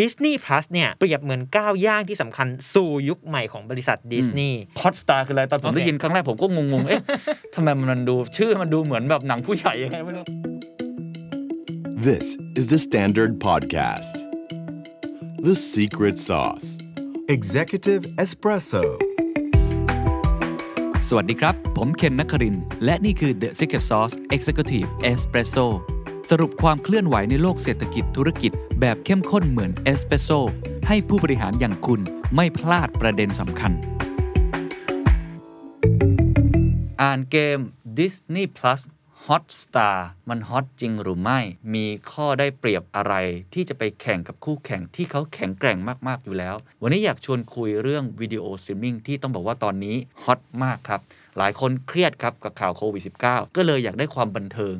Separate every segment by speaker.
Speaker 1: Disney Plus เนี่ยเปรียบเหมือนก้าวย่างที่สำคัญสู่ยุคใหม่ของบริษัทดิสนีย์
Speaker 2: ฮอตสตาร์คืออะไร ตอนผม
Speaker 1: โอเค
Speaker 2: ได้ยินครั้งแรกผมก็งงๆ เอ๊ะ ทำไมมันดู ชื่อมันดูเหมือนแบบหนังผู้ใหญ่ยังไงไม่รู้
Speaker 3: This is the Standard Podcast. The Secret Sauce.
Speaker 4: Executive Espresso.
Speaker 5: สวัสดีครับ ผมเคนนักครินทร์และนี่คือ The Secret Sauce Executive Espresso สรุปความเคลื่อนไหวในโลกเศรษฐกิจธุรกิจแบบเข้มข้นเหมือนเอสเปรสโซให้ผู้บริหารอย่างคุณไม่พลาดประเด็นสำคัญ
Speaker 2: อ่านเกม Disney Plus Hot Star มันฮอตจริงหรือไม่ มีข้อได้เปรียบอะไร ที่จะไปแข่งกับคู่แข่งที่เขาแข็งแกร่งมาก ๆ อยู่แล้ว วันนี้อยากชวนคุยเรื่องวิดีโอสตรีมมิ่งที่ต้องบอกว่าตอนนี้ฮอตมากครับ หลายคนเครียดครับกับข่าวโควิด -19 ก็เลยอยากได้ความบันเทิง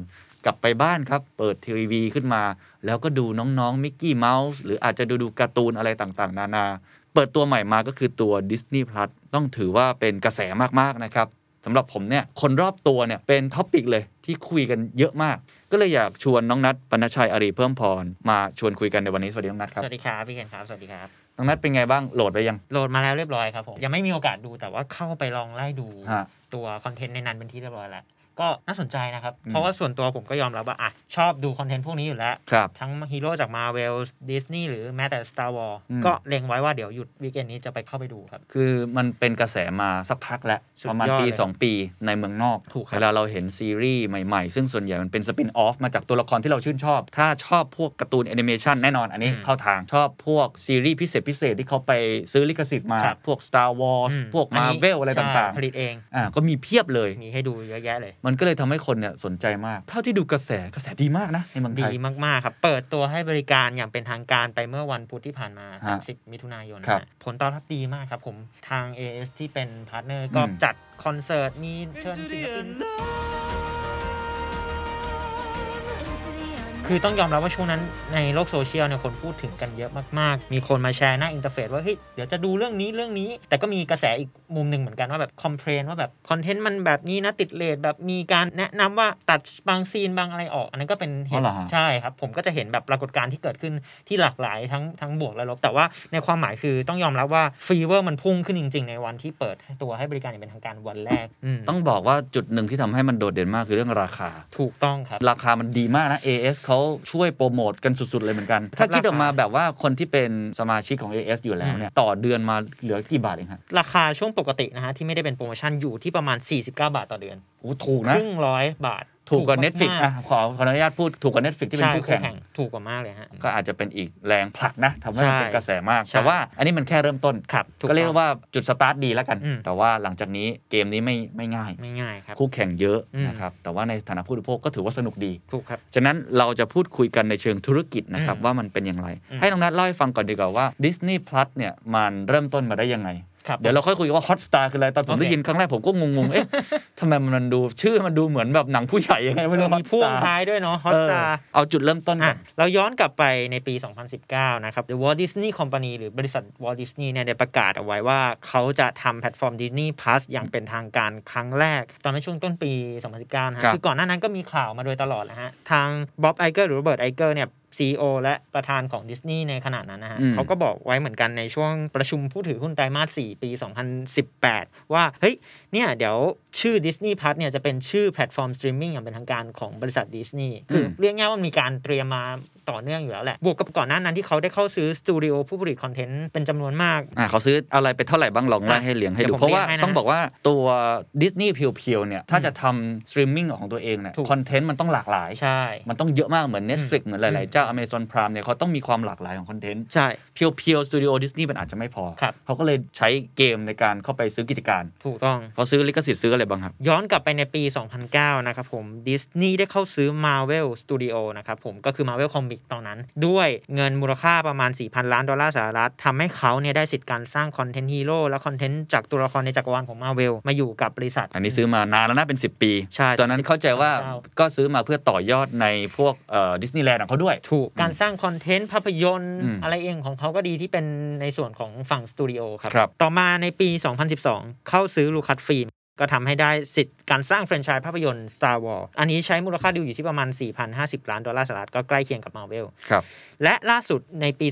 Speaker 2: กลับไปบ้านครับ เปิดทีวีขึ้นมา แล้วก็ดูน้องๆมิกกี้เมาส์หรืออาจจะดูดูการ์ตูนอะไรต่างๆ นานา เปิดตัวใหม่มาก็คือตัว Disney Plus ต้องถือว่าเป็นกระแสมากๆนะครับ สำหรับผมเนี่ยคนรอบตัวเนี่ยเป็นท็อปปิกเลยที่คุยกันเยอะมาก ก็เลยอยากชวนน้องนัทปนชชัยอารีเพิ่มพร มาชวนคุยกันในวันนี้ สวัสดีน้องนัทครับ
Speaker 1: สวัสดีครับ พี่เคนครับ สวัสดีครับ
Speaker 2: น้องนัทเป็นไงบ้างโหลดไปยัง
Speaker 1: โหลดมาแล้วเรียบร้อยครับผม ยังไม่มีโอกาสดูแต่ว่าเข้าไปลองไล่ดู
Speaker 2: ฮะ
Speaker 1: ตัวคอนเทนต์ในนั้นเป็นที่เรียบร้อยแล้ว ก็น่าสนใจนะครับ
Speaker 2: อืม
Speaker 1: เพราะว่าส่วนตัวผมก็ยอมรับว่าอ่ะชอบดูคอนเทนต์พวกนี้อยู่แล้ว
Speaker 2: ครับ
Speaker 1: ทั้งฮีโร่จากมาเวลดิสนีย์หรือแม้แต่ Star Wars
Speaker 2: อืม
Speaker 1: ก็เล็งไว้ว่าเดี๋ยวหยุดวีคเอนนี้จะไปเข้าไปดูครับ
Speaker 2: คือมันเป็นกระแสมาสักพักแล้ว
Speaker 1: สุดยอด
Speaker 2: ประมาณปี
Speaker 1: เลย
Speaker 2: 2 ปีในเมืองนอก
Speaker 1: ถูกครับ
Speaker 2: เวลาเราเห็นซีรีส์ใหม่ๆ ซึ่งส่วนใหญ่มันเป็นสปินออฟมาจากตัวละครที่เราชื่นชอบ ถ้าชอบพวกการ์ตูนแอนิเมชันแน่นอนอันนี้เข้าทางชอบพวกซีรีส์พิเศษพิเศษที่เขาไปซื้อลิขสิทธิ์มาพวก Star Wars
Speaker 1: อืม
Speaker 2: พวก
Speaker 1: อันนี้
Speaker 2: Marvel อะไรต่าง
Speaker 1: ใช่ผลิตเอง
Speaker 2: ๆอ่าก็มีเพียบเลย
Speaker 1: มีให้ดูเยอะแยะเลย
Speaker 2: มันก็เลยทำให้คนเนี่ยสนใจมาก เท่าที่ดูกระแสกระแสดีมากนะ ในเมืองไท
Speaker 1: ดี
Speaker 2: ย
Speaker 1: มาก ๆ ครับ เปิดตัวให้บริการอย่างเป็นทางการไปเมื่อวันพุธที่ผ่านมา
Speaker 2: ฮะ
Speaker 1: 30 มิถุนายน
Speaker 2: ครับ
Speaker 1: นะผลตอบรับดีมากครับผม ทาง AS ที่เป็นพาร์ทเนอร์ก็
Speaker 2: อืม
Speaker 1: จัดคอนเสิร์ต มีเชิญศิลปิน คือต้องยอมรับว่าช่วงนั้นในโลกโซเชียลเนี่ยคนพูดถึงกันเยอะมาก ๆ มีคนมาแชร์หน้าอินเทอร์เฟซว่า เฮ้ย เดี๋ยวจะดูเรื่องนี้เรื่องนี้ แต่ก็มีกระแสอีกมุมหนึ่งเหมือนกันว่าแบบคอมเพลนว่าแบบคอนเทนต์มันแบบนี้นะติดเลทแบบมีการแนะนำว่าตัดบางซีนบางอะไรออก อันนั้นก็เป็นเห
Speaker 2: อ๋อ
Speaker 1: ตุ
Speaker 2: เหรอฮะ
Speaker 1: ใช่ครับ ผมก็จะเห็นแบบปรากฏการณ์ที่เกิดขึ้นที่หลากหลายทั้งทั้งบวกและลบ แต่ว่าในความหมายคือต้องยอมรับว่าฟีเวอร์มันพุ่งขึ้นจริง ๆ ในวันที่เปิดให้ตัวให้บริการอย่างเป็นทางการวันแรกอืม
Speaker 2: ต้องบอกว่าจุดหนึ่งที่ทำให้มันโดดเด่นมากคือเรื่องราคา
Speaker 1: ถูกต้องครับ
Speaker 2: ราคามันดีมากนะ AS เขาช่วยโปรโมทกันสุด ๆ เลยเหมือนกัน ถ้าคิดออกมาแบบว่าคนที่เป็นสมาชิกของ AS อยู่แล้วเนี่ย ต่อเดือนมาเหลือกี่บาทเองฮะ
Speaker 1: ราคาช่วงปกตินะฮะที่ไม่ได้เป็นโปรโมชั่นอยู่ที่ประมาณ 49 บาทต่อเดือน
Speaker 2: โอ้ถูก
Speaker 1: ค
Speaker 2: นะ
Speaker 1: รึ่งร้อยบาท
Speaker 2: ถูกกว่า
Speaker 1: ม
Speaker 2: Netflix
Speaker 1: ๆ
Speaker 2: อ่ะขอขออนุญาตพูดถูกกว่า Netflix ที่เป็น
Speaker 1: ใช่
Speaker 2: คู่แข่ง
Speaker 1: ถูกกว่ามากเลยฮะ
Speaker 2: ก็อาจจะเป็นอีกแรงผลักนะทำให้มันเป็น
Speaker 1: ใช่
Speaker 2: กระแสมาก
Speaker 1: ใช่
Speaker 2: แต่ว่าอันนี้มันแค่เริ่มต้น
Speaker 1: ครับถู
Speaker 2: ก็เรียกว่าจุดสตาร์ทดีแล้วกัน
Speaker 1: อืม
Speaker 2: แต่ว่าหลังจากนี้เกมนี้ไม่ไม่ง่าย
Speaker 1: ไม่ง่ายครับ
Speaker 2: คู่แข่งเยอะ
Speaker 1: อืม
Speaker 2: นะครับแต่ว่าในฐานะผู้บริโภคก็ถือว่าสนุกดี
Speaker 1: ถูกครับ
Speaker 2: ฉะนั้นเราจะพูดคุยกันในเชิงธุรกิจนะครับ
Speaker 1: อืม
Speaker 2: ว่ามันเป็นอย่างไร
Speaker 1: อืม
Speaker 2: ให้น้องนัทเล่าให้ฟังก่อนดีกว่าว่า Disney Plus เนี่ยมันเริ่มต้นมาได้ยังไง
Speaker 1: ครับ
Speaker 2: เดี๋ยวเราค่อยคุยว่า Hotstar คืออะไร ตอนผม
Speaker 1: โอเค
Speaker 2: ได้ยินครั้งแรกผมก็งงๆ เอ๊ะ ทำไมมันดู ชื่อมันดูเหมือนแบบหนังผู้ใหญ่ยังไงไม่รู้
Speaker 1: มีพ่วง
Speaker 2: Hotstar
Speaker 1: ท้ายด้วยเนาะฮอ
Speaker 2: เอ
Speaker 1: ส
Speaker 2: อ
Speaker 1: ตา
Speaker 2: เอาจุดเริ่มต้นก่
Speaker 1: อ่ะ
Speaker 2: อน
Speaker 1: เราย้อนกลับไปในปี 2019 นะครับ The Walt Disney Company หรือบริษัท Walt Disney เนี่ยได้ประกาศเอาไว้ว่าเขาจะทำแพลตฟอร์ม Disney Plus อย่างเป็นทางการครั้งแรก ตอนนั้นช่วงต้นปี 2019 นะฮะ
Speaker 2: ครับ
Speaker 1: คือก่อนหน้านั้นก็มีข่าวมาโดยตลอดนะฮะทางบ๊อบไอเกอร์หรือโรเบิร์ตไอเกอร์เนี่ย CEO และประธานของดิสนีย์ในขณะนั้นนะฮะ
Speaker 2: อืม
Speaker 1: เขาก็บอกไว้เหมือนกันในช่วงประชุมผู้ถือหุ้นไตรมาส 4 ปี 2018 ว่า เฮ้ย เนี่ย เดี๋ยวชื่อ Disney Plus เนี่ยจะเป็นชื่อแพลตฟอร์มสตรีมมิ่งอย่างเป็นทางการของบริษัทดิสนีย์คือเรียกง่ายว่ามีการเตรียมมาต่อเนื่องอยู่แล้วแหละ บวกกับก่อนหน้านั้นที่เขาได้เข้าซื้อสตูดิโอผู้ผลิตคอนเทนต์เป็นจำนวนมาก
Speaker 2: อ่ะเขาซื้ออะไรไปเท่าไหร่บ้างลองไล่ให้เหลียงให้ดู
Speaker 1: เดี๋ยวผม
Speaker 2: เพราะว่า
Speaker 1: เรียงให้นะ
Speaker 2: ต้องบอกว่าตัวดิสนีย์เพียวๆเนี่ยถ้าจะทำสตรีมมิ่งของตัวเองเนี่ย
Speaker 1: ถูก
Speaker 2: คอนเทนต์มันต้องหลากหลาย
Speaker 1: ใช่
Speaker 2: มันต้องเยอะมากเหมือน Netflix
Speaker 1: อืม
Speaker 2: เหมือนหลาย
Speaker 1: อืม
Speaker 2: ๆ เจ้า Amazon Prime เนี่ยเขาต้องมีความหลากหลายของคอนเทนต์
Speaker 1: ใช่
Speaker 2: เพียวๆสตูดิโอดิสนีย์มันอาจจะไม่พอ
Speaker 1: ครับ
Speaker 2: เขาก็เลยใช้เกมในการเข้าไปซื้อกิจการ
Speaker 1: ถูกต้อง
Speaker 2: พอซื้อลิขสิทธิ์ซื้ออะไรบ้างครับ
Speaker 1: ย้อนกลับไปในปี 2009 นะครับผม ดิสนีย์ได้เข้าซื้อ Marvel Studio นะครับผม ก็คือ Marvel Comics ตอนนั้น ด้วยเงินมูลค่าประมาณ 4,000 ล้านดอลลาร์สหรัฐทำให้เขาเนี่ยได้สิทธิ์การสร้างคอนเทนต์ฮีโร่และคอนเทนต์จากตัวละครในจักรวาลของ Marvel มาอยู่กับบริษัท
Speaker 2: อันนี้ซื้อมานานแล้วนะเป็น 10 ปี
Speaker 1: ใช่
Speaker 2: ตอนนั้นเข้าใจว่า
Speaker 1: สองเก้า
Speaker 2: ก็ซื้อมาเพื่อต่อยอดในพวกดิสนีย์แลนด์ของเขาด้วย
Speaker 1: ถูกการสร้างคอนเทนต์ภาพยนตร์
Speaker 2: อืม
Speaker 1: อะไรเองของเขาก็ดีที่เป็นในส่วนของฝั่งสตูดิโอครับ
Speaker 2: ครับ
Speaker 1: ต่อมาในปี 2012 เข้าซื้อลูคัสฟิล์ม ก็ทำให้ได้สิทธิ์การสร้างแฟรนไชส์ภาพยนตร์ Star Wars อันนี้ใช้มูลค่าดิวอยู่ที่ประมาณ 4,050 ล้านดอลลาร์สหรัฐก็ใกล้เคียงกับ Marvel
Speaker 2: ครับ
Speaker 1: และล่าสุดในปี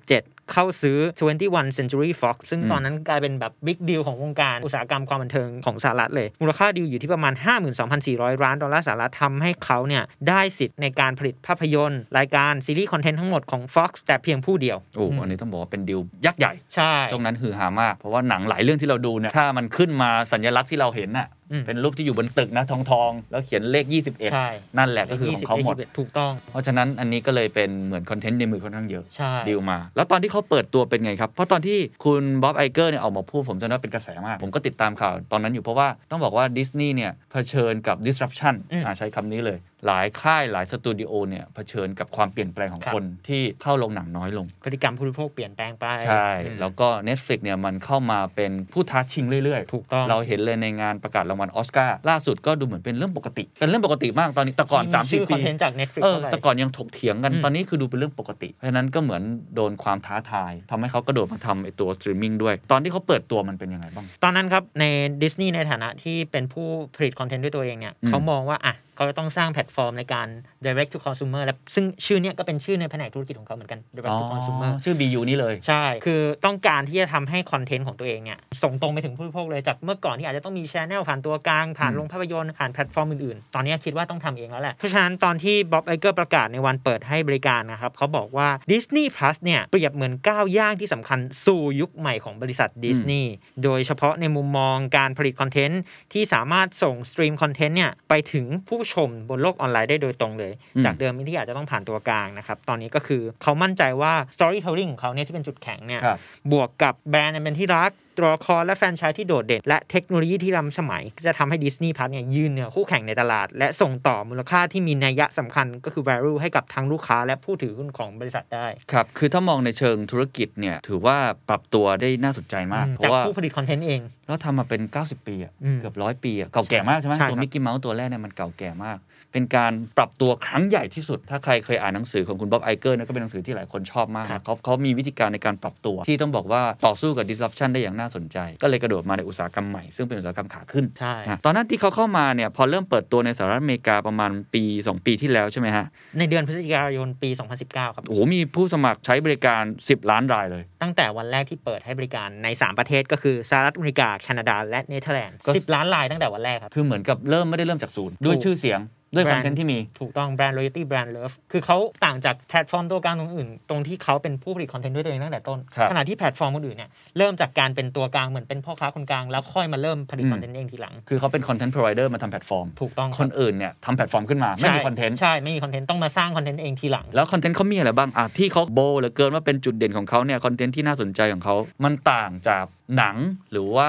Speaker 1: 2017 เข้าซื้อ 21 Century Fox ซึ่ง
Speaker 2: อืม
Speaker 1: ตอนนั้นกลายเป็นแบบบิ๊กดีลของวงการอุตสาหกรรมความบันเทิงของสหรัฐเลย มูลค่าดีลอยู่ที่ประมาณ 52,400 ล้านดอลลาร์สหรัฐทำให้เขาเนี่ยได้สิทธิ์ในการผลิตภาพยนตร์ รายการซีรีส์คอนเทนต์ทั้งหมดของ Fox แต่เพียงผู้เดียว
Speaker 2: โอ้อันนี้ต้องบอกว่าเป็นดีลยักษ์ใหญ่
Speaker 1: ใช่
Speaker 2: ตรงนั้นฮือฮามาก เพราะว่าหนังหลายเรื่องที่เราดูเนี่ยถ้ามันขึ้นมาสัญลักษณ์ที่เราเห็นน่ะ
Speaker 1: อืม
Speaker 2: เป็นรูปที่อยู่บนตึกนะทองทองๆแล้วเขียนเลข
Speaker 1: ใช่
Speaker 2: 21 นั่นแหละก็คือของเขาหมด
Speaker 1: 20 21ถูกต้อง
Speaker 2: เพราะฉะนั้นอันนี้ก็เลยเป็นเหมือนคอนเทนต์ในมือค่อนข้างเยอะ
Speaker 1: ใช่
Speaker 2: ดีลมา แล้วตอนที่เขาเปิดตัวเป็นไงครับ เพราะตอนที่คุณบ๊อบไอเกอร์เนี่ยออกมาพูดผมจำได้ว่าเป็นกระแสมาก ผมก็ติดตามข่าวตอนนั้นอยู่เพราะว่าต้องบอกว่าดิสนีย์เนี่ยเผชิญกับ disruption อ่าใช้คำนี้เลย หลายค่ายหลายสตูดิโอเนี่ยเผชิญกับความเปลี่ยนแปลงของคนที่เข้าลงหนังน้อยลง
Speaker 1: พฤติกรรมผู้บริโภคเปลี่ยนแปลงไป
Speaker 2: ใช่
Speaker 1: อืม
Speaker 2: แล้วก็ Netflix เนี่ยมันเข้ามาเป็นผู้ท้าชิงเรื่อยๆ
Speaker 1: ถูกต้อง
Speaker 2: เราเห็นเลยในงานประกาศรางวัลออสการ์ล่าสุดก็ดูเหมือนเป็นเรื่องปกติ เป็นเรื่องปกติมากตอนนี้แต่ก่อน
Speaker 1: มีชื่อ
Speaker 2: 30
Speaker 1: ค
Speaker 2: ปี
Speaker 1: อนเทนต์จาก Netflix
Speaker 2: เออ
Speaker 1: ท่าไหร่
Speaker 2: แต่ก่อนยังถกเถียงกัน
Speaker 1: อืม
Speaker 2: ตอนนี้คือดูเป็นเรื่องปกติ เพราะฉะนั้นก็เหมือนโดนความท้าทายทำให้เขากระโดดมาทำไอตัวสตรีมมิ่งด้วย ตอนที่เขาเปิดตัวมันเป็นยังไงบ้าง
Speaker 1: ตอนนั้นครับ ในดิสนีย์ในฐานะที่เป็นผู้ผลิตคอนเทนต์ด้วยตัวเองเนี่ย
Speaker 2: อืม
Speaker 1: เขามองว่า อ่ะเขาจะต้องสร้างแพลตฟอร์มในการ direct to consumer และซึ่งชื่อเนี้ยก็เป็นชื่อในแผนกธุรกิจของเขาเหมือนกัน direct to consumer
Speaker 2: ชื่อ BU นี่เลย
Speaker 1: ใช่ คือต้องการที่จะทำให้คอนเทนต์ของตัวเองเนี่ยส่งตรงไปถึงผู้บริโภคเลยจากเมื่อก่อนที่อาจจะต้องมีชแนลผ่านตัวกลาง ผ่าน
Speaker 2: อืม
Speaker 1: โรงภาพยนตร์ ผ่านแพลตฟอร์มอื่นๆ ตอนนี้คิดว่าต้องทำเองแล้วแหละ เพราะฉะนั้นตอนที่บ๊อบไอเกอร์ประกาศในวันเปิดให้บริการนะครับ เขาบอกว่า Disney Plus เนี่ยเปรียบเหมือนก้าวย่างที่สำคัญสู่ยุคใหม่ของบริษัทดิสนีย์โดยเฉพาะในมุมมองการผลิตคอนเทนต์ที่สามารถส่งสตรีมคอนเทนต์เนี่ยไปถึงผู้ชมบนโลกออนไลน์ได้โดยตรงเลย
Speaker 2: อืม
Speaker 1: จากเดิมที่อาจจะต้องผ่านตัวกลางนะครับตอนนี้ก็คือเขามั่นใจว่า storytelling ของเขาเนี่ยที่เป็นจุดแข็งเนี่ย
Speaker 2: ครับ
Speaker 1: บวกกับแบรนด์อันเป็นที่รัก ตัวละครและแฟรนไชายที่โดดเด่น และเทคโนโลยีที่ล้ำสมัย จะทำให้ดิสนีย์พาร์เนี่ยยืนเหนือคู่แข่งในตลาด และส่งต่อมูลค่าที่มีนัยยะสำคัญก็คือ value ให้กับทั้งลูกค้าและผู้ถือหุ้นของบริษัทได้
Speaker 2: ครับ คือถ้ามองในเชิงธุรกิจเนี่ยถือว่าปรับตัวได้น่าสนใจมาก
Speaker 1: อืม
Speaker 2: เพ
Speaker 1: จาก
Speaker 2: ราะว่า
Speaker 1: ผู้ผลิตคอนเทนต์เอง
Speaker 2: แล้วทำมาเป็น 90 ปีอะ
Speaker 1: อืม
Speaker 2: เกือบร้อยปีอะเก่าแก่มากใช่ไหม
Speaker 1: ใช่ครับ
Speaker 2: ตัวมิกกี้เมาส์ตัวแรกเนี่ยมันเก่าแก่มาก เป็นการปรับตัวครั้งใหญ่ที่สุด ถ้าใครเคยอ่านหนังสือของคุณบ๊อบไอเกอร์นะก็เป็นหนังสือที่หลายคนชอบมากนะเขาเขามีวิธีการในการปรับตัว ที่ต้องบอกว่าต่อสู้กับ disruption ได้อย่างน่าสนใจ ก็เลยกระโดดมาในอุตสาหกรรมใหม่ ซึ่งเป็นอุตสาหกรรมขาขึ้น
Speaker 1: ใช่
Speaker 2: นะตอนนั้นที่เขาเข้ามาเนี่ยพอเริ่มเปิดตัวในสหรัฐอเมริกาประมาณปี 2 ปีที่แล้วใช่ไหมฮะ
Speaker 1: ในเดือนพฤศจิกายนปี 2019 ครับ
Speaker 2: โอ้โห มีผู้สมัครใช้บริการ 10 ล้านรายเลย
Speaker 1: ตั้งแต่วันแรกที่เปิดให้บริการใน 3 ประเทศก็คือสหรัฐอเมริกา แคนาดา และเนเธอร์แลนด์
Speaker 2: ก็
Speaker 1: 10 ล้านรายตั้งแต่วันแรกครับ
Speaker 2: คือเหมือนกับเริ่มไม่ได้เริ่มจากศูนย์ ด้วยชื่อเสียง ด้วยคอนเทนต์ที่มี
Speaker 1: ถูกต้องแบรนด์ loyalty แบรนด์ love คือเขาต่างจากแพลตฟอร์มตัวกลางตรงอื่น ตรงที่เขาเป็นผู้ผลิตคอนเทนต์ด้วยตัวเองตั้งแต่ต้น
Speaker 2: ครับ
Speaker 1: ขณะที่แพลตฟอร์มคนอื่นเนี่ยเริ่มจากการเป็นตัวกลางเหมือนเป็นพ่อค้าคนกลาง แล้วค่อยมาเริ่มผลิต
Speaker 2: อืม
Speaker 1: คอนเทนต์เองทีหลัง
Speaker 2: คือเขาเป็นคอนเทนต์พรอเวเดอร์มาทำแพลตฟอร์ม
Speaker 1: ถูกต้อง
Speaker 2: คนอื่นเนี่ยทำแพลตฟอร์มขึ้นมา ไม่มีคอนเทนต์
Speaker 1: ใช่ ไม่มีคอนเทนต์ต้องมาสร้างคอนเทนต์เองทีหลัง
Speaker 2: แล้วคอนเทนต์เขามีอะไรบ้างอ่ะที่เขาโบว์เหลือเกินว่าเป็นจุดเด่นของเขาเนี่ยคอนเทนต์ที่น่าสนใจของเขา มันต่างจากหนังหรือว่า